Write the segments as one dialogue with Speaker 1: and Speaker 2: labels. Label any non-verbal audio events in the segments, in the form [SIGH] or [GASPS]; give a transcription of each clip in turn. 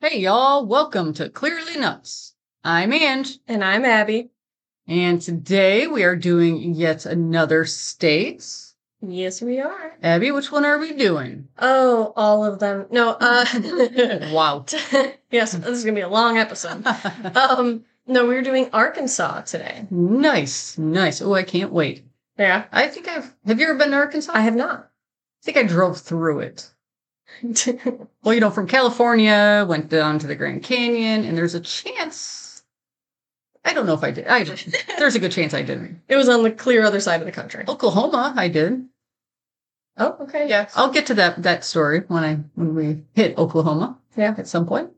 Speaker 1: Hey, y'all, welcome to Clearly Nuts. I'm Ange,
Speaker 2: And I'm Abby.
Speaker 1: and today we are doing yet another state.
Speaker 2: Yes, we are.
Speaker 1: Abby, which one are we doing?
Speaker 2: Oh, all of them. No, [LAUGHS] uh
Speaker 1: Wow. [LAUGHS]
Speaker 2: Yes, this is going to be a long episode. Um no, we were doing Arkansas today.
Speaker 1: nice, nice. Oh, I can't wait.
Speaker 2: Yeah.
Speaker 1: I think I've, have you ever been to Arkansas?
Speaker 2: I have not. [LAUGHS]
Speaker 1: I think I drove through it. Well, you know, from California, went down to the Grand Canyon, and there's a chance. I don't know if I did. I there's a good chance I didn't.
Speaker 2: It was on the clear other side of the country.
Speaker 1: Oklahoma, I did.
Speaker 2: Oh, okay. Yes.
Speaker 1: I'll get to that that story when I when we hit Oklahoma.
Speaker 2: Yeah.
Speaker 1: at some point.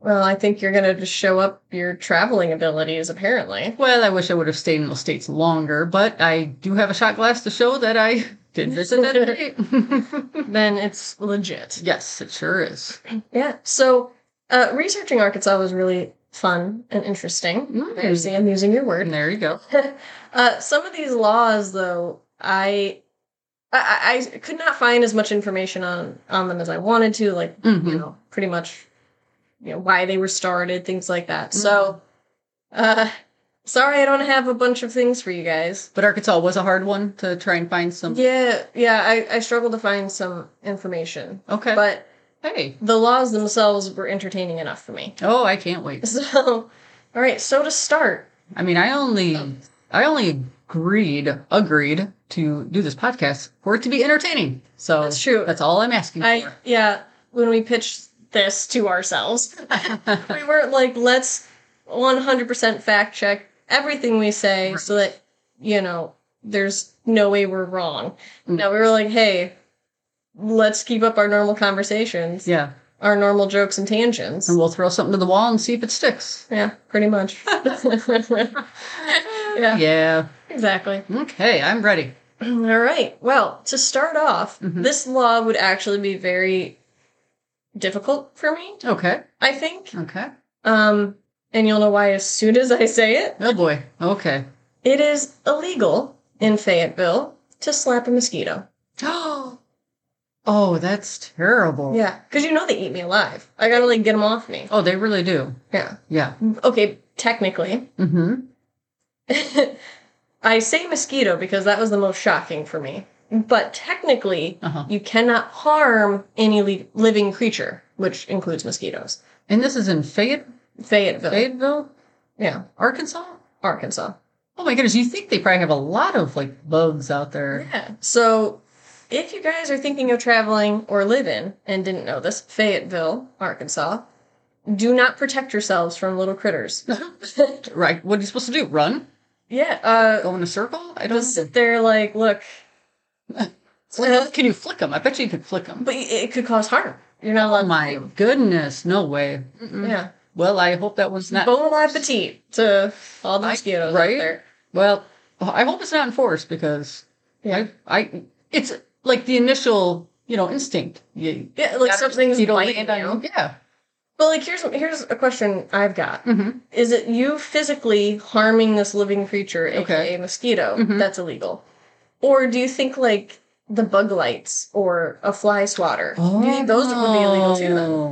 Speaker 2: Well, I think you're going to just show up your traveling abilities apparently.
Speaker 1: Well, I wish I would have stayed in those states longer, but I do have a shot glass to show that I [LAUGHS] did visit that
Speaker 2: [LAUGHS]
Speaker 1: state. [LAUGHS]
Speaker 2: [LAUGHS] Then it's legit.
Speaker 1: yes, it sure is.
Speaker 2: Yeah. So, uh researching Arkansas was really fun and interesting.
Speaker 1: Mm,
Speaker 2: There's the I'm using your word.
Speaker 1: And there you go.
Speaker 2: uh, some of these laws, though, I, I I I could not find as much information on on them as I wanted to. Like you
Speaker 1: Mhm.
Speaker 2: know, pretty much, you know, why they were started, things like that. So, uh, sorry, I don't have a bunch of things for you guys.
Speaker 1: But Arkansas was a hard one to try and find some.
Speaker 2: Yeah, yeah, I I struggled to find some information,
Speaker 1: Okay.
Speaker 2: but
Speaker 1: hey.
Speaker 2: the laws themselves were entertaining enough for me. [LAUGHS]
Speaker 1: Oh, I can't wait.
Speaker 2: So, all right, so to start,
Speaker 1: I mean, I only I only agreed agreed to do this podcast for it to be entertaining. So
Speaker 2: That's true.
Speaker 1: That's all I'm asking
Speaker 2: I
Speaker 1: for.
Speaker 2: yeah, when we pitched this to
Speaker 1: [LAUGHS]
Speaker 2: ourselves. we weren't like let's 100% fact check everything we say so that you know there's no way we're wrong
Speaker 1: Mm.
Speaker 2: no we were like hey let's keep up our normal conversations
Speaker 1: yeah. Mm.
Speaker 2: our normal jokes and tangents
Speaker 1: And we'll throw something to the wall and see if it sticks.
Speaker 2: yeah pretty
Speaker 1: [LAUGHS]
Speaker 2: much yeah
Speaker 1: Yeah.
Speaker 2: exactly [CLEARS THROAT]
Speaker 1: Okay, I'm ready.
Speaker 2: all right well to start off
Speaker 1: Mhm.
Speaker 2: this law would actually be very difficult for me
Speaker 1: Okay.
Speaker 2: i think
Speaker 1: Okay.
Speaker 2: um and you'll know why as soon as i say it
Speaker 1: Oh boy. Okay. [GASPS]
Speaker 2: It is illegal in Fayetteville to slap a mosquito.
Speaker 1: Oh. Oh, that's terrible.
Speaker 2: Yeah, because you know they eat me alive. I gotta like get them off me.
Speaker 1: Oh, they really do.
Speaker 2: Yeah.
Speaker 1: Yeah.
Speaker 2: Okay, technically, [LAUGHS]
Speaker 1: Mm-hmm.
Speaker 2: I say mosquito because that was the most shocking for me. But technically,
Speaker 1: Uh-huh.
Speaker 2: you cannot harm any li- living creature, which includes mosquitoes.
Speaker 1: And this is in Fayette,
Speaker 2: Fayetteville,
Speaker 1: Fayetteville,
Speaker 2: yeah,
Speaker 1: Arkansas.
Speaker 2: Arkansas.
Speaker 1: Oh my goodness! You think they probably have a lot of like bugs out there?
Speaker 2: Yeah. So, if you guys are thinking of traveling or live in and didn't know this, Fayetteville, Arkansas, do not protect yourselves from little critters. [LAUGHS]
Speaker 1: Right. What are you supposed to do? Run?
Speaker 2: yeah. Uh,
Speaker 1: Go in a circle? I don't.
Speaker 2: just sit there like, look,
Speaker 1: Flick- Can you flick them? I bet you could flick them.
Speaker 2: but it- it could cause harm. You're not allowed.
Speaker 1: Oh my goodness! No way. Mm-mm.
Speaker 2: Yeah.
Speaker 1: Well, I hope that one's not.
Speaker 2: Bon appetit to all the
Speaker 1: I-
Speaker 2: mosquitoes
Speaker 1: right?
Speaker 2: out there.
Speaker 1: Well, I hope it's not enforced because
Speaker 2: Yeah.
Speaker 1: I, I, it's like the initial, you know, instinct. You,
Speaker 2: Yeah, like something's
Speaker 1: you don't
Speaker 2: biting
Speaker 1: land on-
Speaker 2: you.
Speaker 1: Yeah.
Speaker 2: But like, here's here's a question I've got:
Speaker 1: Mm-hmm.
Speaker 2: Is it you physically harming this living creature,
Speaker 1: Okay.
Speaker 2: aka mosquito,
Speaker 1: Mhm.
Speaker 2: that's illegal, or do you think like the bug lights or a fly swatter? Do you think those would be illegal too?
Speaker 1: Oh.
Speaker 2: Then?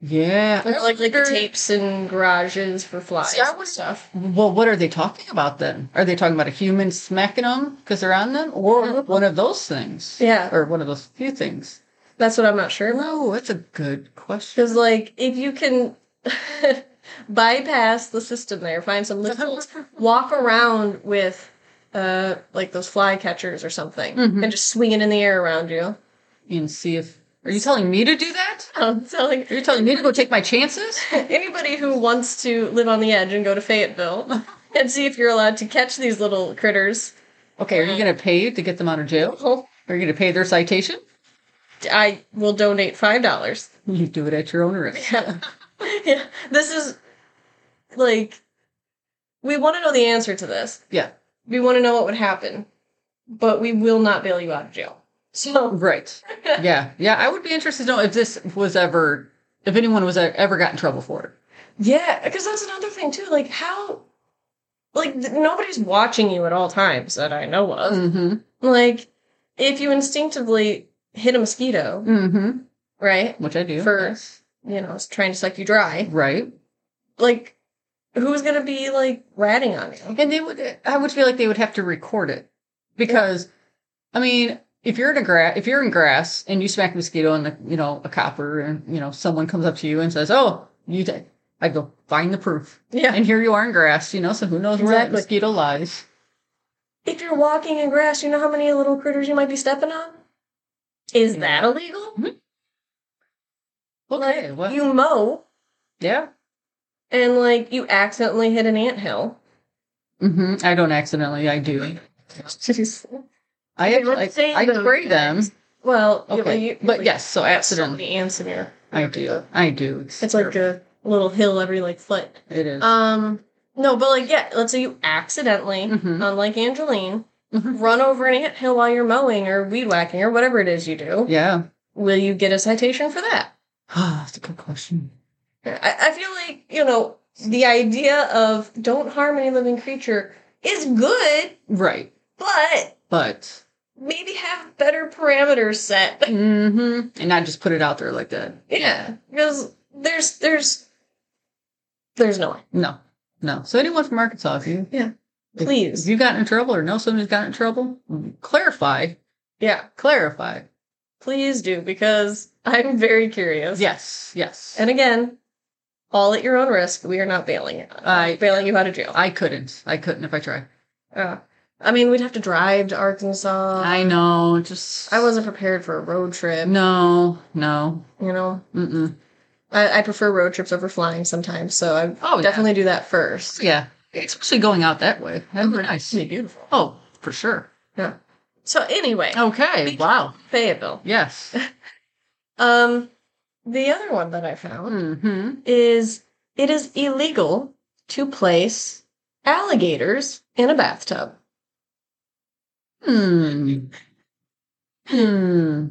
Speaker 1: Yeah.
Speaker 2: Or like like the
Speaker 1: Wonder-
Speaker 2: tapes and garages for flies
Speaker 1: See, I
Speaker 2: and
Speaker 1: was-
Speaker 2: stuff.
Speaker 1: Well, what are they talking about then? Are they talking about a human smacking them because they're on them, or
Speaker 2: Mhm.
Speaker 1: one of those things?
Speaker 2: Yeah.
Speaker 1: Or one of those few things?
Speaker 2: That's what I'm not sure about.
Speaker 1: No, that's a good question.
Speaker 2: Because like if you can [LAUGHS] bypass the system there, find some loopholes, walk around with uh like those fly catchers or something,
Speaker 1: Mhm.
Speaker 2: and just swing it in the air around you. [LAUGHS]
Speaker 1: And see if are you telling me to do that?
Speaker 2: I'm telling
Speaker 1: Are you telling me to go take my chances?
Speaker 2: Um, anybody who wants to live on the edge and go to Fayetteville and see if you're allowed to catch these little critters.
Speaker 1: Okay, are you going to pay to get them out of jail? Are you going to pay their citation?
Speaker 2: I will donate five dollars. [LAUGHS]
Speaker 1: You do it at your own risk.
Speaker 2: Yeah. yeah. This is like we want to know the answer to this.
Speaker 1: Yeah.
Speaker 2: We want to know what would happen, but we will not bail you out of jail. So
Speaker 1: Right. Yeah. Yeah. I would be interested to know if this was ever, if anyone was e- ever got in trouble for it.
Speaker 2: yeah, because that's another thing too. Like how, like th- nobody's watching you at all times that I know of.
Speaker 1: Mm
Speaker 2: Like if you instinctively hit a mosquito,
Speaker 1: hmm. Mm hmm.
Speaker 2: right?
Speaker 1: Which I do.
Speaker 2: For-
Speaker 1: yes.
Speaker 2: you know, is trying to suck you dry.
Speaker 1: Right.
Speaker 2: Like, who's gonna be like ratting on you?
Speaker 1: And they would, I would feel like they would have to record it because, I mean, if you're in a grass, if you're in grass and you smack a mosquito and you know a copper and you know someone comes up to you and says, "Oh, you," did," I go find the proof.
Speaker 2: Yeah.
Speaker 1: [LAUGHS] And here you are in grass, you know. So who knows where that
Speaker 2: Exactly.
Speaker 1: mosquito lies?
Speaker 2: If you're walking in grass, you know how many little critters you might be stepping on? Is
Speaker 1: Yeah.
Speaker 2: that illegal?
Speaker 1: Okay.
Speaker 2: Like,
Speaker 1: well,
Speaker 2: you mow
Speaker 1: yeah.
Speaker 2: and like you accidentally hit an anthill.
Speaker 1: hmm I don't accidentally. I do. I
Speaker 2: Okay,
Speaker 1: have,
Speaker 2: let's
Speaker 1: like,
Speaker 2: say
Speaker 1: I
Speaker 2: those
Speaker 1: spray them.
Speaker 2: things. Well, you-
Speaker 1: Okay,
Speaker 2: you-
Speaker 1: but
Speaker 2: like,
Speaker 1: yes, so
Speaker 2: so
Speaker 1: accidentally.
Speaker 2: many ants in your.
Speaker 1: I do. I do.
Speaker 2: It's like
Speaker 1: terrible.
Speaker 2: a little hill every like foot.
Speaker 1: it is.
Speaker 2: Um, no, but like yeah, let's say you accidentally,
Speaker 1: Mhm.
Speaker 2: unlike Angeline,
Speaker 1: Mhm.
Speaker 2: run over an anthill while you're mowing or weed whacking or whatever it is you do.
Speaker 1: yeah. [SIGHS]
Speaker 2: Will you get a citation for that?
Speaker 1: That's a good question.
Speaker 2: I, I feel like you know the idea of don't harm any living creature is good,
Speaker 1: Right,
Speaker 2: but
Speaker 1: but
Speaker 2: maybe have better parameters set. [LAUGHS]
Speaker 1: hmm and not just put it out there like that.
Speaker 2: Yeah, because there's there's there's no way.
Speaker 1: No, no. So anyone from Arkansas, if you If- if
Speaker 2: Please,
Speaker 1: you got in trouble or know someone who's got in trouble, clarify,
Speaker 2: yeah,
Speaker 1: clarify.
Speaker 2: please do because I'm very curious.
Speaker 1: Yes, yes.
Speaker 2: and again, all at your own risk. We are not bailing you. uh,
Speaker 1: I-
Speaker 2: bailing you out of jail.
Speaker 1: I couldn't. I couldn't if I tried.
Speaker 2: Uh, I mean, we'd have to drive to Arkansas.
Speaker 1: I know. Just
Speaker 2: I wasn't prepared for a road trip.
Speaker 1: No, no.
Speaker 2: You know,
Speaker 1: Mm-mm.
Speaker 2: I, I prefer road trips over flying sometimes, so I
Speaker 1: Oh, yeah.
Speaker 2: definitely do that first.
Speaker 1: Yeah, especially going out that way. That'd be nice.
Speaker 2: It'd be beautiful.
Speaker 1: Oh, for sure.
Speaker 2: So anyway,
Speaker 1: Okay.
Speaker 2: Speak-
Speaker 1: Wow.
Speaker 2: Fayetteville.
Speaker 1: Yes.
Speaker 2: Um, the other one that I found
Speaker 1: hmm
Speaker 2: is it is illegal to place alligators in a bathtub.
Speaker 1: Hmm. Hmm.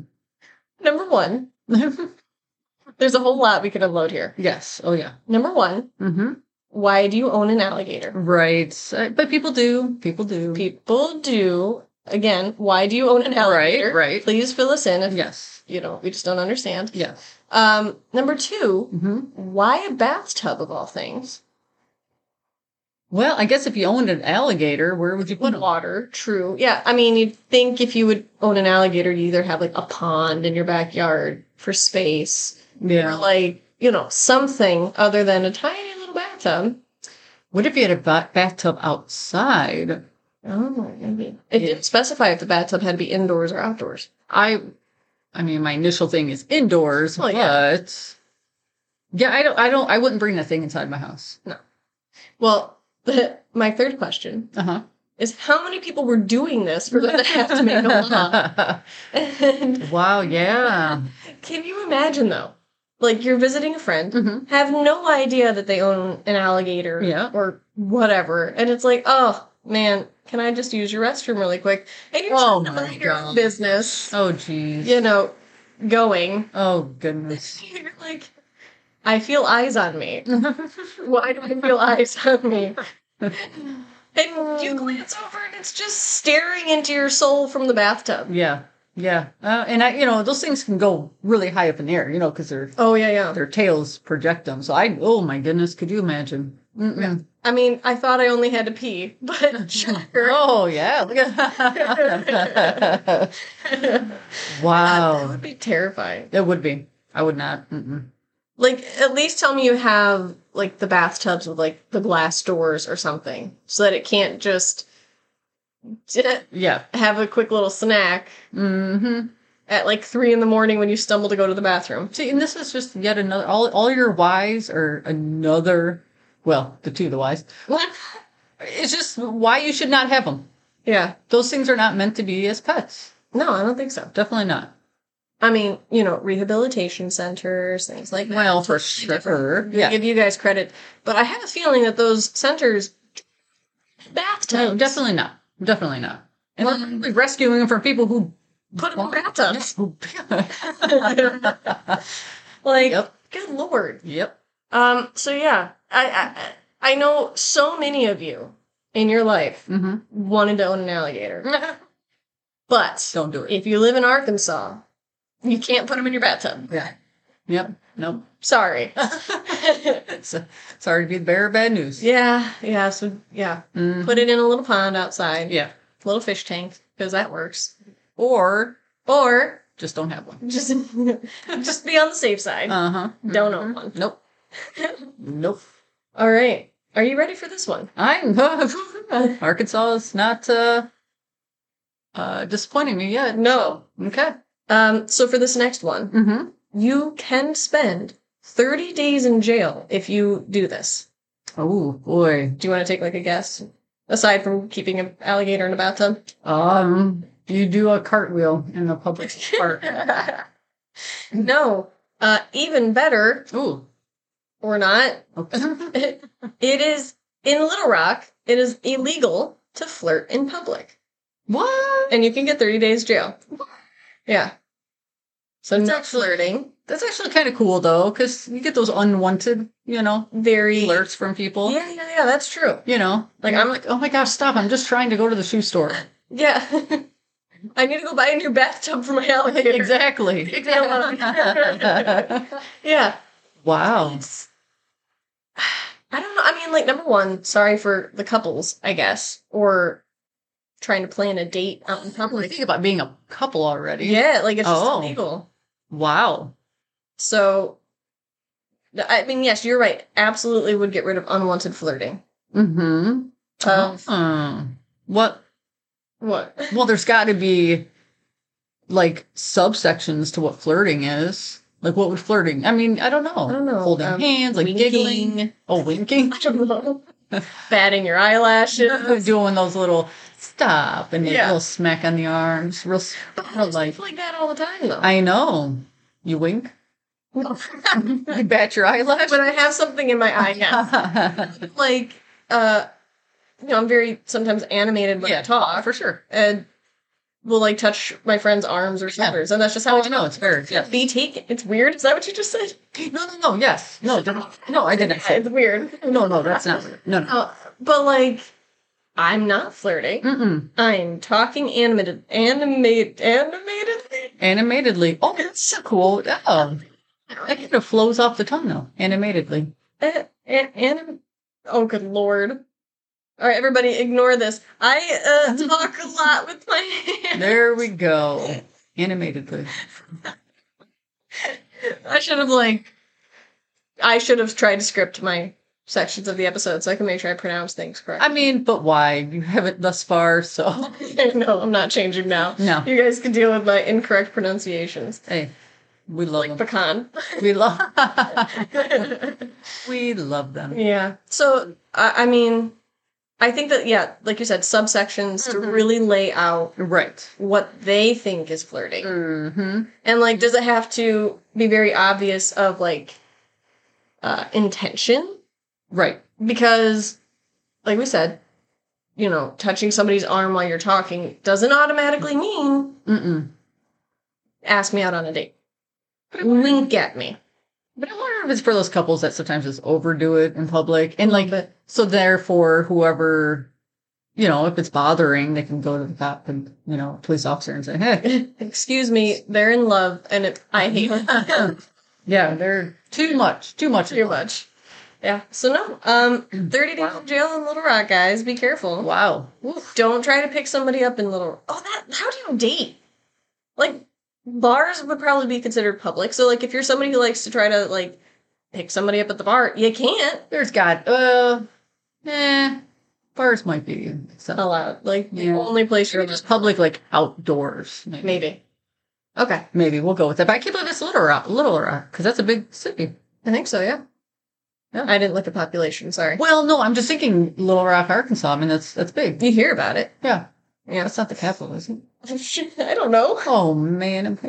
Speaker 2: Number one, [LAUGHS] there's a whole lot we could unload here.
Speaker 1: yes. Oh, yeah.
Speaker 2: Number one,
Speaker 1: Mm-hmm.
Speaker 2: why do you own an alligator?
Speaker 1: Right. Uh, But people do. People do.
Speaker 2: People do. Again, why do you own an alligator?
Speaker 1: Right. Right.
Speaker 2: Please fill us in if
Speaker 1: Yes.
Speaker 2: you know we just don't understand.
Speaker 1: Yes.
Speaker 2: Um, number two,
Speaker 1: hmm
Speaker 2: why a bathtub of all things?
Speaker 1: Well, I guess if you owned an alligator, where would you put them?
Speaker 2: Water, true. Yeah, I mean, you'd think if you would own an alligator, you either have like a pond in your backyard for space, or
Speaker 1: Yeah.
Speaker 2: like you know something other than a tiny little bathtub.
Speaker 1: What if you had a ba- bathtub outside?
Speaker 2: Oh my maybe it
Speaker 1: Yeah.
Speaker 2: didn't specify if the bathtub had to be indoors or outdoors.
Speaker 1: I, I mean, my initial thing is indoors,
Speaker 2: Well, yeah.
Speaker 1: but yeah, I don't, I don't, I wouldn't bring that thing inside my house.
Speaker 2: Well, my third question
Speaker 1: Uh huh.
Speaker 2: is how many people Uh-huh. were doing this for them to have to
Speaker 1: [LAUGHS]
Speaker 2: make a law? And
Speaker 1: wow. Yeah.
Speaker 2: [LAUGHS] can you imagine though? Like you're visiting a friend,
Speaker 1: hmm
Speaker 2: have no idea that they own an alligator
Speaker 1: Yeah.
Speaker 2: or whatever. And it's like, oh man, can I just use your restroom really quick? And you're
Speaker 1: Oh,
Speaker 2: trying to
Speaker 1: my
Speaker 2: mind your own
Speaker 1: God.
Speaker 2: business,
Speaker 1: Oh, geez.
Speaker 2: you know, going.
Speaker 1: Oh, goodness.
Speaker 2: You're [LAUGHS] like, I feel eyes on me. [LAUGHS] Why do I feel eyes on [LAUGHS] me? And you glance over and it's just staring into your soul from the bathtub.
Speaker 1: yeah. Yeah. Uh, and I, you know, those things can go really high up in the air, you know, because they're
Speaker 2: Oh yeah, yeah.
Speaker 1: their tails project them. So I, oh my goodness, could you imagine? Mm-mm.
Speaker 2: I mean, I thought I only had to pee, [LAUGHS] but sure.
Speaker 1: Oh yeah, look
Speaker 2: [LAUGHS]
Speaker 1: at [LAUGHS]
Speaker 2: That
Speaker 1: wow,
Speaker 2: would be terrifying.
Speaker 1: it would be. I would not. Mm-mm.
Speaker 2: Like, at least tell me you have like the bathtubs with like the glass doors or something, so that it can't just
Speaker 1: Yeah.
Speaker 2: have a quick little snack
Speaker 1: hmm
Speaker 2: Mm-hmm. at like three in the morning when you stumble to go to the [LAUGHS] bathroom.
Speaker 1: See, and this is just yet another. All all your whys are another. Well, the two the whys. It's just why you should not have them.
Speaker 2: yeah.
Speaker 1: Those things are not meant to be as pets.
Speaker 2: No, I don't think so.
Speaker 1: Definitely not.
Speaker 2: I mean, you know, rehabilitation centers, things like that.
Speaker 1: Well, for
Speaker 2: Totally different.
Speaker 1: sure.
Speaker 2: I
Speaker 1: Yeah.
Speaker 2: give you guys credit, but I have a feeling that those centers bathtubs
Speaker 1: No, definitely not. Definitely not. And
Speaker 2: Well-
Speaker 1: then we're rescuing them from people who
Speaker 2: put them in
Speaker 1: Well, [LAUGHS]
Speaker 2: bathtubs. Like,
Speaker 1: yep.
Speaker 2: good lord.
Speaker 1: Yep.
Speaker 2: Um. So yeah, I, I I know so many of you in your life
Speaker 1: hmm
Speaker 2: wanted to own an alligator,
Speaker 1: [LAUGHS]
Speaker 2: but
Speaker 1: Don't do it.
Speaker 2: if you live in Arkansas, you can't put them in your bathtub.
Speaker 1: Yeah. Yep. Nope. [LAUGHS]
Speaker 2: Sorry. [LAUGHS]
Speaker 1: So- Sorry to be the bearer of bad news.
Speaker 2: yeah, yeah. So yeah,
Speaker 1: Mm,
Speaker 2: put it in a little pond outside,
Speaker 1: yeah.
Speaker 2: little fish tank, because that works.
Speaker 1: Or
Speaker 2: Or
Speaker 1: just don't have one.
Speaker 2: just [LAUGHS] just be on the safe side.
Speaker 1: Uh huh.
Speaker 2: Don't own one.
Speaker 1: Nope. nope.
Speaker 2: All right. Are you ready for this one?
Speaker 1: I'm [LAUGHS] Arkansas is not uh, uh, disappointing me yet.
Speaker 2: No.
Speaker 1: so, Okay.
Speaker 2: Um, so for this next one,
Speaker 1: Mm-hmm.
Speaker 2: you can spend 30 days in jail if you do this.
Speaker 1: Oh boy.
Speaker 2: Do you want to take like a guess? Aside from keeping an alligator in a bathtub.
Speaker 1: Um, you do a cartwheel in the public park.
Speaker 2: no. Uh, even better,
Speaker 1: Ooh.
Speaker 2: or not, [LAUGHS]
Speaker 1: Okay.
Speaker 2: it is in Little Rock, it is illegal to flirt in public.
Speaker 1: [LAUGHS] What?
Speaker 2: And you can get 30 days jail. Yeah. So
Speaker 1: That's
Speaker 2: not
Speaker 1: actually-
Speaker 2: flirting.
Speaker 1: That's actually kind of cool though, because you get those unwanted, you know,
Speaker 2: Very
Speaker 1: alerts from people.
Speaker 2: Yeah, yeah, yeah, that's true.
Speaker 1: You know, like
Speaker 2: Like,
Speaker 1: I'm
Speaker 2: I'm-
Speaker 1: like, oh my gosh, stop! I'm just trying to go to the shoe store.
Speaker 2: Yeah. [LAUGHS] I need to go buy a new bathtub
Speaker 1: [LAUGHS]
Speaker 2: for my alligator.
Speaker 1: exactly.
Speaker 2: Leave me alone. Yeah.
Speaker 1: [LAUGHS] wow.
Speaker 2: It's- I don't know. I mean, like, number one, sorry for the couples, I guess, or trying to plan a date out in
Speaker 1: Really
Speaker 2: public.
Speaker 1: think about being a couple already.
Speaker 2: Yeah, like, it's
Speaker 1: Oh.
Speaker 2: just illegal.
Speaker 1: Wow.
Speaker 2: So, I mean, yes, you're right. Absolutely would get rid of unwanted flirting.
Speaker 1: Hmm.
Speaker 2: Um,
Speaker 1: What?
Speaker 2: What? [LAUGHS]
Speaker 1: Well, there's got to be like subsections to what flirting is. Like, what would flirting? I mean, I don't know.
Speaker 2: I don't know.
Speaker 1: Holding
Speaker 2: Um,
Speaker 1: hands, like
Speaker 2: winking.
Speaker 1: giggling. Oh,
Speaker 2: [LAUGHS]
Speaker 1: winking.
Speaker 2: I don't know. Batting
Speaker 1: [LAUGHS]
Speaker 2: your eyelashes.
Speaker 1: Doing those little stop and like,
Speaker 2: Yeah.
Speaker 1: little smack on the arms. Real, s-
Speaker 2: [LAUGHS]
Speaker 1: real
Speaker 2: I
Speaker 1: like.
Speaker 2: feel like that all the time, though.
Speaker 1: I know. You
Speaker 2: [LAUGHS]
Speaker 1: wink. You bat your eyelash.
Speaker 2: when I have something in my eye, yeah. like, uh, you know, I'm very sometimes animated when
Speaker 1: [LAUGHS]
Speaker 2: I
Speaker 1: Yeah,
Speaker 2: talk,
Speaker 1: for sure.
Speaker 2: and will like touch my friend's arms or
Speaker 1: Yeah.
Speaker 2: shoulders, and that's just how
Speaker 1: Oh,
Speaker 2: I
Speaker 1: I know. It's very yes.
Speaker 2: be taken. It's weird. Is that what you just said?
Speaker 1: No, no, no. Yes. No. don't- Uh-uh. No, I didn't.
Speaker 2: Yeah,
Speaker 1: Say.
Speaker 2: it's weird.
Speaker 1: No, no. That's not. weird. No, no.
Speaker 2: Uh, but like, I'm not flirting.
Speaker 1: Mm-mm.
Speaker 2: I'm talking animated, animate, animated.
Speaker 1: Animatedly. Oh, that's so cool. Oh, that kind of flows off the tongue though. Animatedly.
Speaker 2: Eh, eh, anim- oh, good lord. All right, everybody, ignore this. I
Speaker 1: [LAUGHS]
Speaker 2: uh, talk a lot with my hands.
Speaker 1: There we go. Animatedly.
Speaker 2: I should have like I should have tried to script my sections of the episode so I can make sure I pronounce things correctly.
Speaker 1: I mean, but why? You haven't thus far, so
Speaker 2: no, I'm [LAUGHS] not changing now.
Speaker 1: no.
Speaker 2: You guys can deal with my incorrect pronunciations.
Speaker 1: Hey, we love
Speaker 2: Like
Speaker 1: them.
Speaker 2: [LAUGHS] pecan.
Speaker 1: We love. [LAUGHS] we love them.
Speaker 2: yeah. So I, I mean I think that yeah, like you said, subsections to
Speaker 1: Mhm.
Speaker 2: really lay out
Speaker 1: Right.
Speaker 2: what they think is flirting.
Speaker 1: Mm-hmm.
Speaker 2: And like does it have to be very obvious of like uh intention?
Speaker 1: Right.
Speaker 2: because like we said you know touching somebody's arm while you're talking doesn't automatically mean
Speaker 1: Mm-mm.
Speaker 2: ask me out on a date
Speaker 1: But I
Speaker 2: wink at me [LAUGHS]
Speaker 1: But I wonder if it's for those couples that sometimes just overdo it in public and like
Speaker 2: but
Speaker 1: So therefore, whoever, you know, if it's bothering, they can go to the cop and you know, police officer and say, "Hey,
Speaker 2: excuse me they're in love and it, [LAUGHS]
Speaker 1: [LAUGHS]
Speaker 2: i hate them
Speaker 1: yeah, they're too much, too much,
Speaker 2: [LAUGHS] too much yeah so no um 30 days
Speaker 1: Wow.
Speaker 2: in jail in little rock guys be careful
Speaker 1: Wow,
Speaker 2: don't try to pick somebody up in little oh that how do you date like bars would probably be considered public so like if you're somebody who likes to try to like pick somebody up at the bar you can't
Speaker 1: there's got uh, eh, bars might be so
Speaker 2: allowed. Like the
Speaker 1: Yeah.
Speaker 2: only place you're
Speaker 1: maybe just public like outdoors, maybe.
Speaker 2: Maybe. Okay,
Speaker 1: Maybe we'll go with that. But I can't believe it's Little Rock, Little Rock, because that's a big city.
Speaker 2: I think so. Yeah.
Speaker 1: Yeah.
Speaker 2: I didn't look at population. Sorry.
Speaker 1: Well, no, I'm just thinking Little Rock, Arkansas. I mean, that's that's big.
Speaker 2: You hear about it?
Speaker 1: Yeah,
Speaker 2: Yeah. [LAUGHS]
Speaker 1: that's not the capital, is it?
Speaker 2: I don't know.
Speaker 1: Oh man, I'm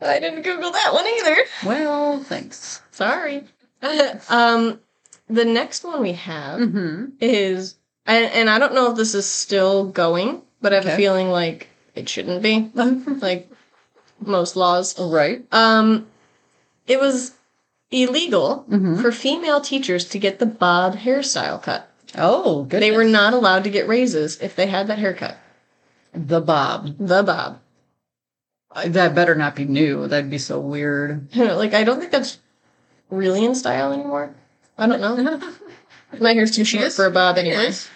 Speaker 2: I didn't Google that one either.
Speaker 1: well, thanks.
Speaker 2: Sorry. [LAUGHS] um, the next one we have
Speaker 1: Mm-hmm. [LAUGHS]
Speaker 2: is, and, and I don't know if this is still going, but I have a
Speaker 1: Okay.
Speaker 2: feeling like it
Speaker 1: [LAUGHS]
Speaker 2: shouldn't be, like most laws.
Speaker 1: right.
Speaker 2: Um, it was illegal
Speaker 1: Mm-hmm.
Speaker 2: for female teachers to get the bob hairstyle cut.
Speaker 1: Oh, good.
Speaker 2: They were not allowed to get raises if they had that haircut.
Speaker 1: the Bob.
Speaker 2: The bob.
Speaker 1: I- That better not be new. That'd be so [LAUGHS] weird.
Speaker 2: like I don't think that's really in style anymore. I don't know. My hair's too short
Speaker 1: is-
Speaker 2: for a bob, anyways.
Speaker 1: Anyways,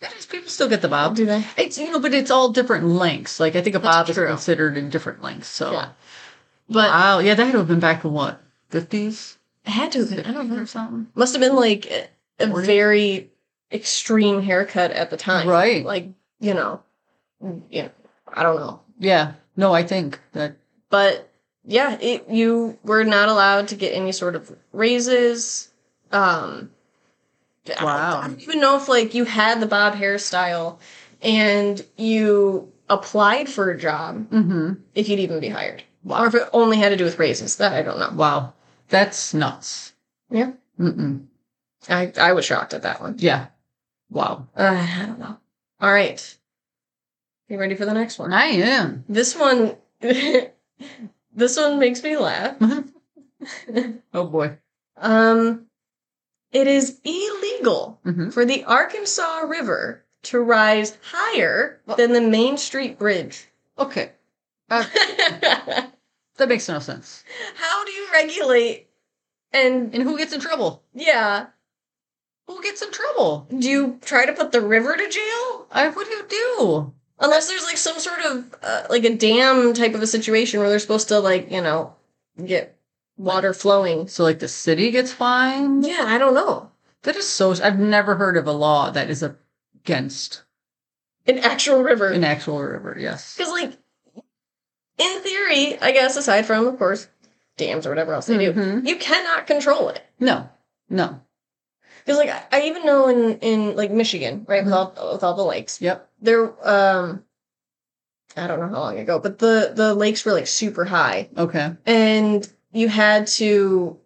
Speaker 1: that is, people still get the bob.
Speaker 2: Do they?
Speaker 1: It's you know, but it's all different lengths. Like I think a
Speaker 2: That's
Speaker 1: bob is
Speaker 2: true.
Speaker 1: considered in different lengths. So
Speaker 2: Yeah.
Speaker 1: But wow, yeah, that would have been back in what fifties
Speaker 2: It had to. Have been, I don't know.
Speaker 1: or something.
Speaker 2: Must have been like a- a
Speaker 1: Forty?
Speaker 2: very extreme haircut at the time,
Speaker 1: Right.
Speaker 2: Like you know, you know, I don't know,
Speaker 1: Yeah. No, I think that
Speaker 2: but yeah, it, you were not allowed to get any sort of raises. Um, I don't-
Speaker 1: Wow.
Speaker 2: I don't even know if like you had the bob hairstyle and you applied for a job
Speaker 1: mm-hmm.
Speaker 2: if you'd even be hired, or if it only had to do with raises. That I don't know.
Speaker 1: wow. That's nuts.
Speaker 2: Yeah.
Speaker 1: Mm-mm.
Speaker 2: I I was shocked at that one.
Speaker 1: Yeah. Wow.
Speaker 2: Uh, I don't know. All right. You ready for the next one?
Speaker 1: I am.
Speaker 2: This one, [LAUGHS] this one makes me laugh.
Speaker 1: Oh boy.
Speaker 2: Um, it is illegal
Speaker 1: Mm-hmm.
Speaker 2: for the Arkansas River to rise higher than the Main Street Bridge.
Speaker 1: Okay.
Speaker 2: How
Speaker 1: That makes no sense.
Speaker 2: do you regulate? And
Speaker 1: And who gets in trouble?
Speaker 2: yeah,
Speaker 1: Who gets in trouble?
Speaker 2: do you try to put the river to jail?
Speaker 1: I what do you do?
Speaker 2: Unless there's like some sort of uh, like a dam type of a situation where they're supposed to like you know get water flowing.
Speaker 1: So like the city gets fined?
Speaker 2: Yeah, I don't know.
Speaker 1: That is so I've never heard of a law that is against
Speaker 2: An actual river.
Speaker 1: an actual river, yes.
Speaker 2: Because, like, in theory, I guess, aside from, of course, dams or whatever else they
Speaker 1: Mhm.
Speaker 2: do, you cannot control it.
Speaker 1: No. No.
Speaker 2: Because, like, I, I even know in, in like Michigan, right, with all with all the lakes,
Speaker 1: Yep.
Speaker 2: there, um, I don't know how long ago, but the the lakes were like super high,
Speaker 1: Okay.
Speaker 2: and you had to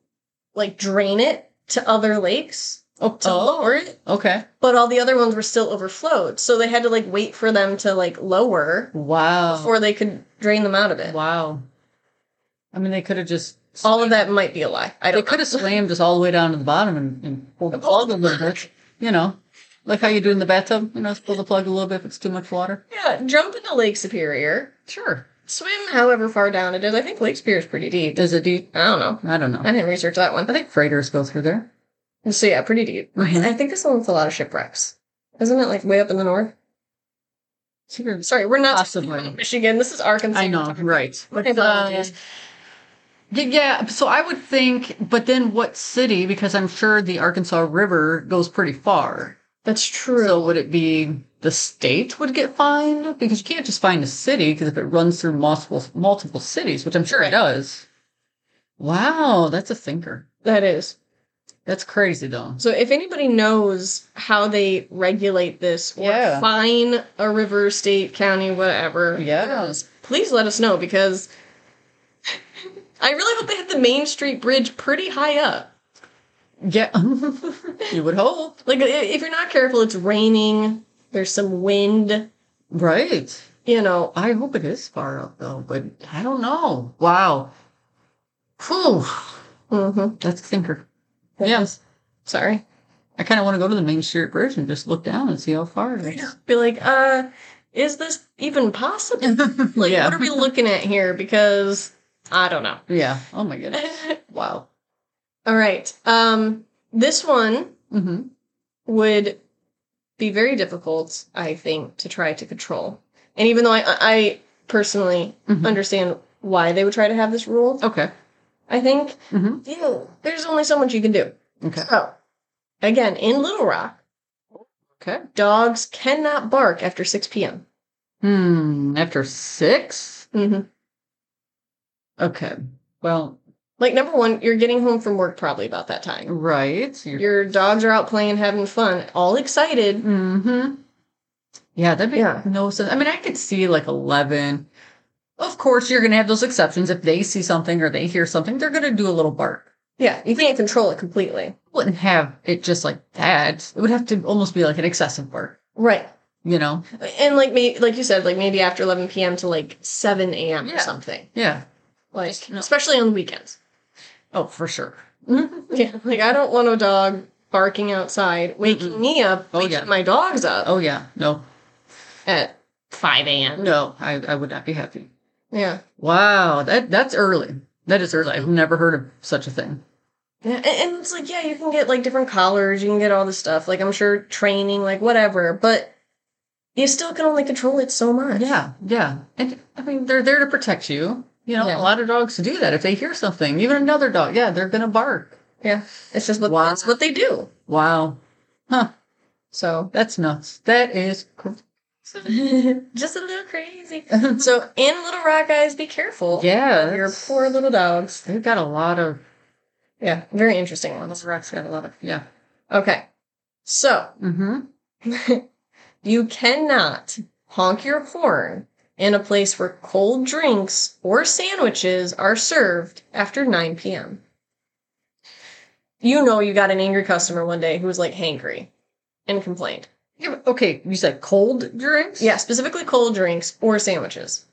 Speaker 2: like drain it to other lakes
Speaker 1: Oh,
Speaker 2: to lower it,
Speaker 1: okay.
Speaker 2: but all the other ones were still overflowed, so they had to like wait for them to like lower
Speaker 1: Wow.
Speaker 2: before they could drain them out of it.
Speaker 1: wow. I mean, they could have just
Speaker 2: All of that might be a lie. I
Speaker 1: they
Speaker 2: don't.
Speaker 1: could have slammed us all the way down to the bottom and, and pulled the plug a little bit. You know, like how you do in the bathtub. You know, pull the plug a little bit if it's too much water.
Speaker 2: Yeah, jump into Lake Superior.
Speaker 1: Sure.
Speaker 2: Swim however far down it is. I think Lake Superior is pretty deep.
Speaker 1: Is it deep?
Speaker 2: I don't know.
Speaker 1: I don't know.
Speaker 2: I didn't research that
Speaker 1: I
Speaker 2: one.
Speaker 1: think freighters go through there.
Speaker 2: So yeah, pretty deep.
Speaker 1: Oh,
Speaker 2: I think this one with a lot of shipwrecks. Isn't it like way up in the north?
Speaker 1: Sure.
Speaker 2: Sorry, we're not
Speaker 1: Possibly.
Speaker 2: talking about Michigan. This is Arkansas.
Speaker 1: I know, right?
Speaker 2: My
Speaker 1: But uh,
Speaker 2: apologies.
Speaker 1: yeah, yeah, so I would think. But then, what city? Because I'm sure the Arkansas River goes pretty far.
Speaker 2: That's true.
Speaker 1: So would it be the state would get fined because you can't just fine a city because if it runs through multiple multiple cities, which I'm sure
Speaker 2: Right.
Speaker 1: it does. Wow, that's a thinker.
Speaker 2: that is.
Speaker 1: That's crazy though.
Speaker 2: So if anybody knows how they regulate this or
Speaker 1: Yeah.
Speaker 2: fine a river, state, county, whatever,
Speaker 1: Yeah.
Speaker 2: it is, please let us know because [LAUGHS] I really hope they hit the Main Street Bridge pretty high up.
Speaker 1: Yeah, [LAUGHS] you would hope,
Speaker 2: Like i- if you're not careful, it's raining. There's some wind.
Speaker 1: right?
Speaker 2: You know,
Speaker 1: I hope it is far up though, but I don't know. Wow, Whew,
Speaker 2: mm-hmm.
Speaker 1: that's a thinker.
Speaker 2: Yeah.
Speaker 1: Yes,
Speaker 2: sorry.
Speaker 1: I kind of want to go to the Main Street Bridge and just look down and see how far it is.
Speaker 2: Be like, uh, is this even possible? [LAUGHS] Like,
Speaker 1: yeah, [LAUGHS]
Speaker 2: what are we looking at here? Because I don't know. [LAUGHS]
Speaker 1: yeah. Oh my goodness! Wow.
Speaker 2: All right. Um, this one
Speaker 1: Mm-hmm.
Speaker 2: would be very difficult, I think, to try to control. And even though I, I personally
Speaker 1: Mhm.
Speaker 2: understand why they would try to have this rule,
Speaker 1: Okay.
Speaker 2: I think
Speaker 1: Mm-hmm.
Speaker 2: you know, there's only so much you can do.
Speaker 1: Okay.
Speaker 2: So, again, in Little Rock,
Speaker 1: Okay.
Speaker 2: dogs cannot bark after 6 p.m.
Speaker 1: Hmm. After six?
Speaker 2: hmm
Speaker 1: Okay. Well,
Speaker 2: Like, number one, you're getting home from work probably about that time.
Speaker 1: right.
Speaker 2: Your dogs are out playing, having fun, all excited.
Speaker 1: hmm Yeah, that makes
Speaker 2: Yeah.
Speaker 1: no sense. I mean, I could see like 11. Of course, you're going to have those exceptions. If they see something or they hear something, they're going to do a little bark.
Speaker 2: Yeah, you can't control it completely.
Speaker 1: Wouldn't have it just like that. It would have to almost be like an excessive bark,
Speaker 2: Right.
Speaker 1: you know?
Speaker 2: And like may like you said, like maybe after 11 p.m. to like 7 a.m. or
Speaker 1: Yeah.
Speaker 2: something.
Speaker 1: Yeah.
Speaker 2: Like
Speaker 1: no.
Speaker 2: especially on the weekends.
Speaker 1: Oh, for sure.
Speaker 2: [LAUGHS]
Speaker 1: Mm-hmm.
Speaker 2: Yeah. Like I don't want a dog barking outside, waking me up,
Speaker 1: Oh,
Speaker 2: waking
Speaker 1: yeah.
Speaker 2: my dogs up
Speaker 1: Oh, yeah. Oh, No,
Speaker 2: at 5 a.m.
Speaker 1: no, I, I would not be happy.
Speaker 2: Yeah.
Speaker 1: Wow, that that's early. That is early. I've never heard of such a thing.
Speaker 2: Yeah, and, and it's like, yeah, you can get like different collars, you can get all this stuff. Like, I'm sure training, like whatever, but you still can only control it so much.
Speaker 1: Yeah, yeah. And I mean, they're there to protect you. You know,
Speaker 2: Yeah.
Speaker 1: a lot of dogs do that. If they hear something, even another dog, yeah, they're gonna bark.
Speaker 2: Yeah. It's just what
Speaker 1: Wow.
Speaker 2: that's what they do.
Speaker 1: Wow,
Speaker 2: So
Speaker 1: that's nuts. That is. cr-
Speaker 2: [LAUGHS] just a little crazy. [LAUGHS] So in Little Rock, guys, be careful.
Speaker 1: yeah,
Speaker 2: of Your
Speaker 1: that's-
Speaker 2: poor little dogs.
Speaker 1: They've got a lot of.
Speaker 2: Yeah. Very interesting ones.
Speaker 1: Rock's got a lot of. Yeah.
Speaker 2: Okay. So
Speaker 1: Mm-hmm.
Speaker 2: you cannot honk your horn in a place where cold drinks or sandwiches are served after 9 p.m. You know, you got an angry customer one day who was like hangry and complained.
Speaker 1: Yeah, but- okay, you said cold drinks.
Speaker 2: Yeah, specifically cold drinks or sandwiches.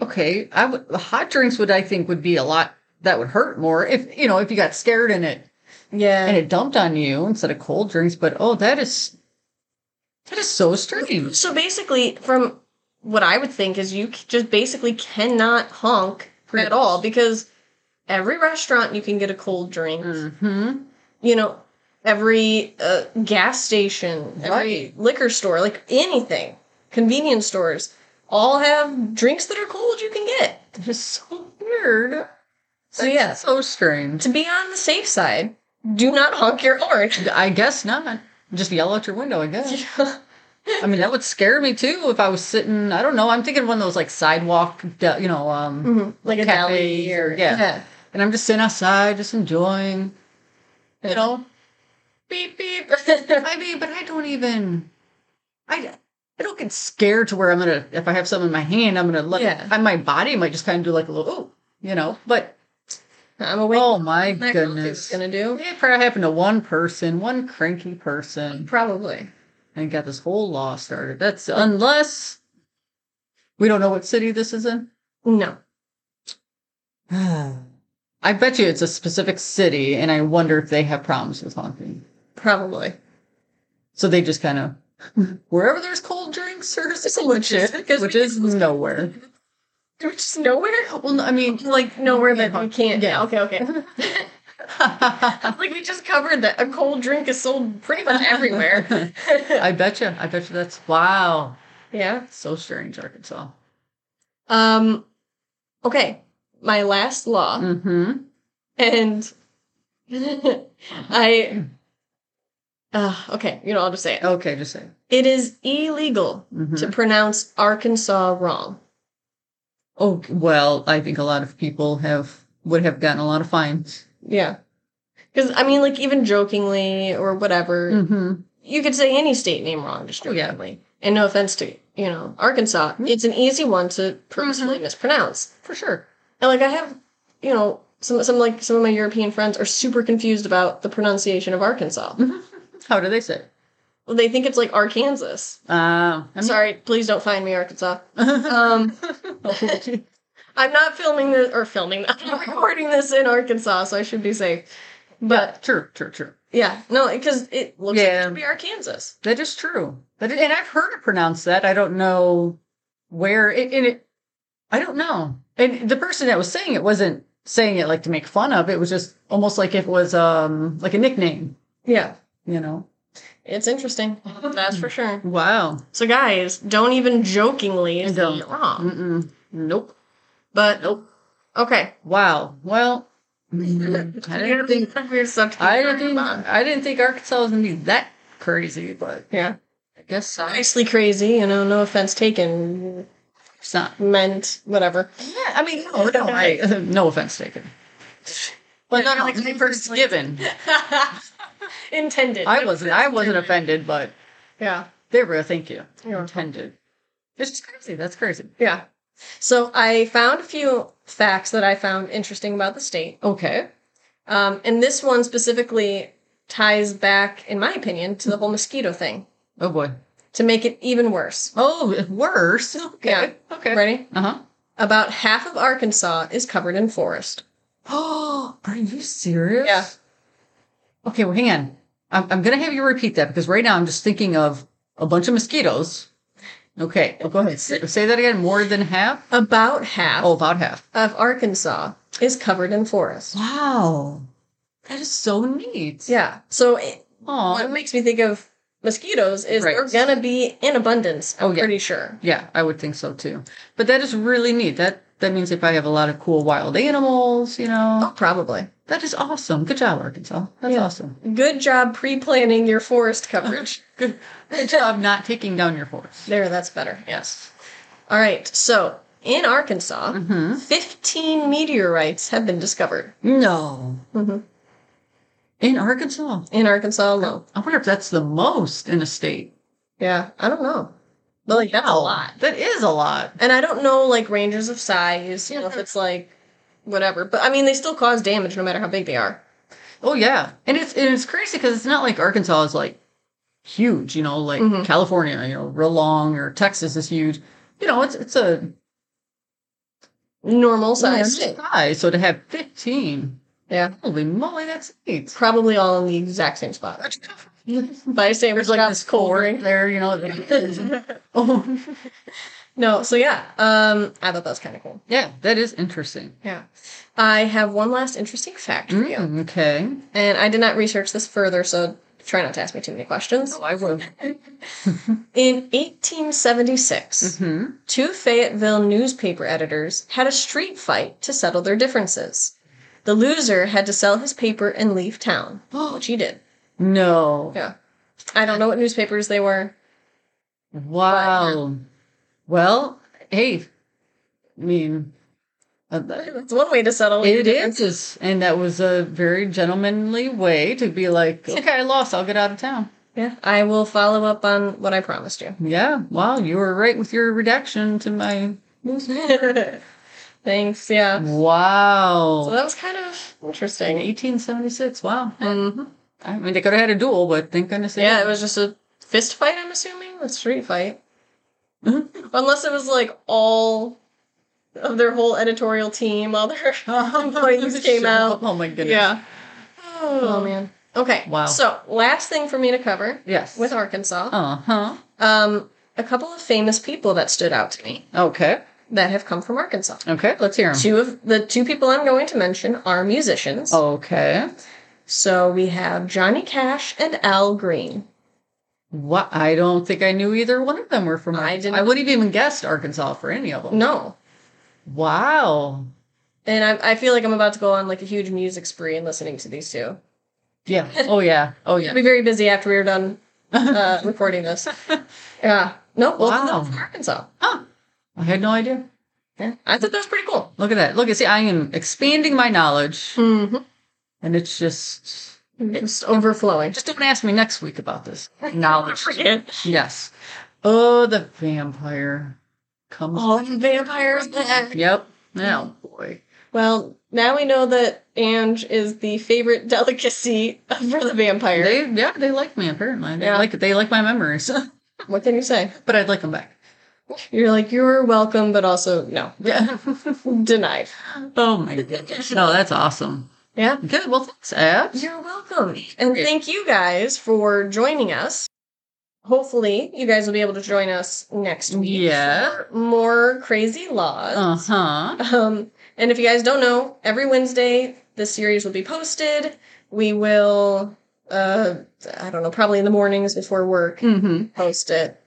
Speaker 1: Okay, I would the hot drinks would I think would be a lot that would hurt more if you know if you got scared in it and
Speaker 2: Yeah.
Speaker 1: it dumped on you instead of cold drinks. But oh, that is that is so strange.
Speaker 2: So basically, from what I would think is you c- just basically cannot honk
Speaker 1: Pretty
Speaker 2: at all because every restaurant you can get a cold drink.
Speaker 1: Mm-hmm.
Speaker 2: you know, every uh, gas station, every
Speaker 1: Right.
Speaker 2: liquor store, like anything, convenience stores, all have drinks that are cold you can get.
Speaker 1: That is so weird.
Speaker 2: So
Speaker 1: That's
Speaker 2: yes,
Speaker 1: so strange.
Speaker 2: to be on the safe side, do not honk
Speaker 1: [LAUGHS]
Speaker 2: your horn.
Speaker 1: I guess not. Just yell out your window. I guess. I mean, that would scare me too if I was sitting. I don't know. I'm thinking one of those like sidewalk, de- you know, um,
Speaker 2: Mhm, Like a
Speaker 1: Cafes
Speaker 2: deli
Speaker 1: or-
Speaker 2: or
Speaker 1: yeah. and I'm just sitting outside, just enjoying.
Speaker 2: Yeah.
Speaker 1: You know,
Speaker 2: beep beep. [LAUGHS]
Speaker 1: I mean, but I don't even. I I don't get scared to where I'm gonna. If I have something in my hand, I'm gonna let.
Speaker 2: Yeah.
Speaker 1: I, my body might just kind of do like a little. Oh, you know. But
Speaker 2: I'm awake.
Speaker 1: oh my
Speaker 2: Isn't that
Speaker 1: goodness,
Speaker 2: gonna do
Speaker 1: it probably happened to one person, one cranky person,
Speaker 2: probably.
Speaker 1: and got this whole law started. That's unless we don't know what city this is
Speaker 2: [SIGHS]
Speaker 1: in.
Speaker 2: No.
Speaker 1: I bet you it's a specific city, and I wonder if they have problems with honking.
Speaker 2: Probably.
Speaker 1: So they just kind [LAUGHS] of wherever there's cold drinks or sandwiches,
Speaker 2: because
Speaker 1: which
Speaker 2: we-
Speaker 1: is nowhere.
Speaker 2: We're just nowhere.
Speaker 1: Well, I [LAUGHS] mean,
Speaker 2: Like nowhere
Speaker 1: can't
Speaker 2: that we
Speaker 1: honk.
Speaker 2: can't.
Speaker 1: Yeah.
Speaker 2: Okay. Okay. [LAUGHS]
Speaker 1: I
Speaker 2: like we just covered that a cold drink is sold pretty much everywhere.
Speaker 1: bet you, I bet you that's wow,
Speaker 2: [LAUGHS] yeah.
Speaker 1: so strange, Arkansas.
Speaker 2: Um okay, my last law
Speaker 1: Mm-hmm.
Speaker 2: and [LAUGHS] I uh, okay, you know I'll just say it.
Speaker 1: Okay, just say. it.
Speaker 2: It is illegal
Speaker 1: Mhm.
Speaker 2: to pronounce Arkansas wrong.
Speaker 1: Oh well, I think a lot of people have would have gotten a lot of fines.
Speaker 2: Yeah. Cuz I mean like even jokingly or whatever,
Speaker 1: Mm-hmm.
Speaker 2: you could say any state name wrong just
Speaker 1: Oh, yeah.
Speaker 2: jokingly. And no offense to, you know, Arkansas,
Speaker 1: Mhm.
Speaker 2: it's an easy one to
Speaker 1: Mm-hmm.
Speaker 2: purposely mispronounce.
Speaker 1: For sure.
Speaker 2: And like I have, you know, some some like some of my European friends are super confused about the pronunciation of Arkansas.
Speaker 1: Mm-hmm. How do they say? it?
Speaker 2: Well, they think it's like Arkansas.
Speaker 1: Uh, I'm
Speaker 2: Sorry, please don't find me
Speaker 1: [LAUGHS]
Speaker 2: Arkansas. Um, I'm not filming this or filming. [LAUGHS] I'm recording this in Arkansas, so I should be safe. But
Speaker 1: true, true, true.
Speaker 2: yeah, no, because it looks like it
Speaker 1: Yeah.
Speaker 2: should be Arkansas.
Speaker 1: That is true. That is, and I've heard it pronounced that. I don't know where it, and it. I don't know. And the person that was saying it wasn't saying it like to make fun of. It was just almost like it was um like a nickname.
Speaker 2: Yeah,
Speaker 1: You know.
Speaker 2: it's
Speaker 1: [LAUGHS]
Speaker 2: interesting. That's for sure.
Speaker 1: Wow.
Speaker 2: So guys, don't even jokingly say
Speaker 1: Don't.
Speaker 2: it wrong.
Speaker 1: Mm-mm. Nope.
Speaker 2: But
Speaker 1: Nope.
Speaker 2: okay,
Speaker 1: Wow. Well, mm, I didn't think.
Speaker 2: [LAUGHS] weird stuff. to
Speaker 1: I
Speaker 2: keep
Speaker 1: didn't
Speaker 2: talking
Speaker 1: think.
Speaker 2: about.
Speaker 1: I didn't think Arkansas was gonna be that crazy, but
Speaker 2: Yeah.
Speaker 1: I guess so.
Speaker 2: nicely crazy, you know, no offense taken,
Speaker 1: It's not.
Speaker 2: meant, whatever.
Speaker 1: Yeah. I mean, no, no, [LAUGHS] I, no offense taken. But
Speaker 2: Yeah,
Speaker 1: not
Speaker 2: like,
Speaker 1: like
Speaker 2: I
Speaker 1: first given.
Speaker 2: Intended.
Speaker 1: I wasn't. I wasn't offended, but
Speaker 2: Yeah.
Speaker 1: they were. Thank you.
Speaker 2: You're welcome.
Speaker 1: Intended. It's just crazy. That's crazy.
Speaker 2: Yeah. So I found a few facts that I found interesting about the state.
Speaker 1: Okay.
Speaker 2: Um, and this one specifically ties back, in my opinion, to the whole mosquito thing
Speaker 1: Oh boy.
Speaker 2: to make it even worse.
Speaker 1: Oh, [LAUGHS] worse. Okay. Okay.
Speaker 2: Ready?
Speaker 1: Uh huh.
Speaker 2: About half of Arkansas is covered in forest.
Speaker 1: Oh, are you serious?
Speaker 2: Yeah.
Speaker 1: Okay. Well, hang on. I'm, I'm gonna have you repeat that because right now I'm just thinking of a bunch of mosquitoes Okay, well, go ahead. Say say that again. More than half?
Speaker 2: About half
Speaker 1: Oh, about half.
Speaker 2: of Arkansas is covered in forest.
Speaker 1: Wow. That is so neat.
Speaker 2: Yeah. So it, what
Speaker 1: Aw.
Speaker 2: makes me think of mosquitoes is
Speaker 1: Right.
Speaker 2: they're gonna be in abundance. I'm
Speaker 1: Oh, yeah.
Speaker 2: pretty sure.
Speaker 1: Yeah, I would think so too. But that is really neat. That that means if I have a lot of cool wild animals, you know.
Speaker 2: Oh, probably.
Speaker 1: That is awesome. Good job, Arkansas. That's
Speaker 2: Yeah.
Speaker 1: awesome.
Speaker 2: Good job pre-planning your
Speaker 1: [LAUGHS]
Speaker 2: forest coverage.
Speaker 1: Good, good job not taking down your force.
Speaker 2: there, that's better.
Speaker 1: Yes.
Speaker 2: All right. So in Arkansas,
Speaker 1: Mm-hmm.
Speaker 2: 15 meteorites have been discovered
Speaker 1: No.
Speaker 2: Mhm.
Speaker 1: Mm-hmm. In Arkansas.
Speaker 2: in Arkansas alone.
Speaker 1: I wonder if that's the most in a state.
Speaker 2: Yeah, I don't know. But like that's a
Speaker 1: Wow.
Speaker 2: lot.
Speaker 1: That is a lot.
Speaker 2: And I don't know like ranges of size, you know, if
Speaker 1: Yeah.
Speaker 2: it's like whatever. But I mean they still cause damage no matter how big they are.
Speaker 1: Oh yeah, and it's and it's crazy because it's not like Arkansas is like huge, you know, like
Speaker 2: Mhm.
Speaker 1: California, you know, real long, or Texas is huge. You know, it's it's a
Speaker 2: Normal size.
Speaker 1: normal Oh, size. So to have fifteen,
Speaker 2: Yeah.
Speaker 1: holy moly, that's neat.
Speaker 2: Probably all in the exact same spot.
Speaker 1: There's
Speaker 2: By saying
Speaker 1: like this cold there, you know. that- [LAUGHS] oh
Speaker 2: No, so yeah. Um I thought that was kinda cool.
Speaker 1: yeah, that is interesting.
Speaker 2: Yeah. I have one last interesting fact for you.
Speaker 1: Mm, okay,
Speaker 2: And I did not research this further, so try not to ask me too many questions.
Speaker 1: Oh, I will.
Speaker 2: In 1876,
Speaker 1: hmm
Speaker 2: Two Fayetteville newspaper editors had a street fight to settle their differences. The loser had to sell his paper and
Speaker 1: [GASPS]
Speaker 2: leave town, which he did.
Speaker 1: No,
Speaker 2: Yeah. I don't know what newspapers they were.
Speaker 1: wow. Well, hey, I mean. uh,
Speaker 2: That's one way to settle. your
Speaker 1: It
Speaker 2: difference.
Speaker 1: is. And that was a very gentlemanly way to be [LAUGHS] like, okay, I lost. I'll get out of town.
Speaker 2: Yeah. I will follow up on what I promised you.
Speaker 1: Yeah. Wow. You were right with your redaction to my.
Speaker 2: [LAUGHS] Thanks. Yeah. So
Speaker 1: Wow.
Speaker 2: that was kind of interesting.
Speaker 1: 1876. Wow.
Speaker 2: Mhm.
Speaker 1: I mean, they could have had a duel, but thank goodness. they
Speaker 2: Yeah, it
Speaker 1: didn't.
Speaker 2: was just a fist fight, I'm assuming? A street fight.
Speaker 1: Mhm.
Speaker 2: Unless it was like all of their whole editorial team, all
Speaker 1: [LAUGHS]
Speaker 2: their
Speaker 1: Oh,
Speaker 2: [LAUGHS] employees came
Speaker 1: Shut
Speaker 2: out.
Speaker 1: up. Oh, my goodness.
Speaker 2: Yeah.
Speaker 1: Oh,
Speaker 2: man. Okay.
Speaker 1: Wow.
Speaker 2: So last thing for me to cover
Speaker 1: Yes.
Speaker 2: with Arkansas,
Speaker 1: Uh huh.
Speaker 2: um, a couple of famous people that stood out to me
Speaker 1: Okay.
Speaker 2: that have come from Arkansas.
Speaker 1: Okay. Let's hear them.
Speaker 2: Two of the two people I'm going to mention are musicians.
Speaker 1: Okay.
Speaker 2: So we have Johnny Cash and Al Green.
Speaker 1: What? I don't think I knew either one of them were from.
Speaker 2: I didn't-
Speaker 1: I wouldn't have even guessed Arkansas for any of them.
Speaker 2: No.
Speaker 1: Wow.
Speaker 2: And I, I feel like I'm about to go on like a huge music spree and listening to these two. [LAUGHS]
Speaker 1: Yeah. Oh yeah. Oh
Speaker 2: I'll
Speaker 1: yeah.
Speaker 2: be very busy after we're done [LAUGHS] uh, recording this. Yeah. No, both of them
Speaker 1: Wow.
Speaker 2: from Arkansas.
Speaker 1: Huh. I had no idea.
Speaker 2: Yeah. I thought that was pretty cool.
Speaker 1: Look at that. Look at see, I am expanding my knowledge
Speaker 2: Mm-hmm.
Speaker 1: and it's just
Speaker 2: Just overflowing.
Speaker 1: just don't ask me next week about this. [LAUGHS] Knowledge.
Speaker 2: forget.
Speaker 1: yes. Oh the vampire comes.
Speaker 2: All the vampires back.
Speaker 1: Yep. Now boy.
Speaker 2: Well, now we know that Ange is the favorite [LAUGHS] delicacy for the vampire.
Speaker 1: They yeah, they like me apparently. They
Speaker 2: Yeah.
Speaker 1: like they like my memories. [LAUGHS]
Speaker 2: what can you say?
Speaker 1: but I'd like them back.
Speaker 2: You're like, you're welcome, but also no.
Speaker 1: [LAUGHS] Yeah.
Speaker 2: Denied.
Speaker 1: oh my goodness. No, that's awesome.
Speaker 2: Yeah.
Speaker 1: Good. Well thanks, Abs.
Speaker 2: You're welcome. And thank you guys for joining us. Hopefully, you guys will be able to join us next week.
Speaker 1: Yeah.
Speaker 2: for More crazy laws.
Speaker 1: Uh-huh.
Speaker 2: Um, and if you guys don't know, every Wednesday this series will be posted. We will, uh, I don't know, probably in the mornings before work,
Speaker 1: Mm-hmm.
Speaker 2: post it.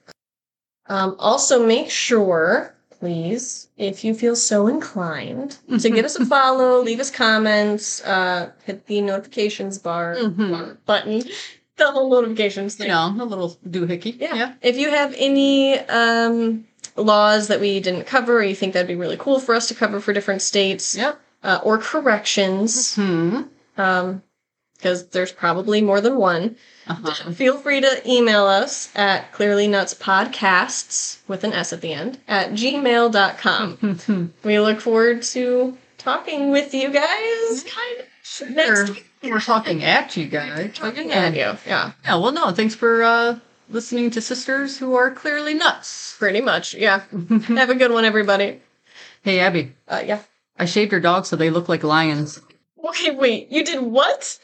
Speaker 2: Um, also, make sure, please, if you feel so inclined, to give us a follow, leave us comments, uh, hit the notifications bar
Speaker 1: Mm-hmm.
Speaker 2: button, the whole notifications
Speaker 1: You
Speaker 2: thing.
Speaker 1: know, a little doohickey.
Speaker 2: Yeah.
Speaker 1: yeah.
Speaker 2: If you have any um, laws that we didn't cover, or you think that'd be really cool for us to cover for different states,
Speaker 1: Yep.
Speaker 2: uh, or corrections,
Speaker 1: Hmm.
Speaker 2: um, because there's probably more than one.
Speaker 1: [LAUGHS] Uh-huh.
Speaker 2: Feel free to email us at clearlynutspodcasts with an S at the end at [LAUGHS] gmail.com. We look forward to talking with you guys kind of next
Speaker 1: We're,
Speaker 2: week.
Speaker 1: we're talking at you guys.
Speaker 2: Talking at you. Yeah,
Speaker 1: Yeah, well, no, thanks for uh, listening to sisters who are clearly nuts.
Speaker 2: pretty much. [LAUGHS] Yeah. Have a good one, everybody.
Speaker 1: hey, Abby,
Speaker 2: Uh, yeah.
Speaker 1: I shaved your dog so they look like lions.
Speaker 2: Okay, wait. You did what?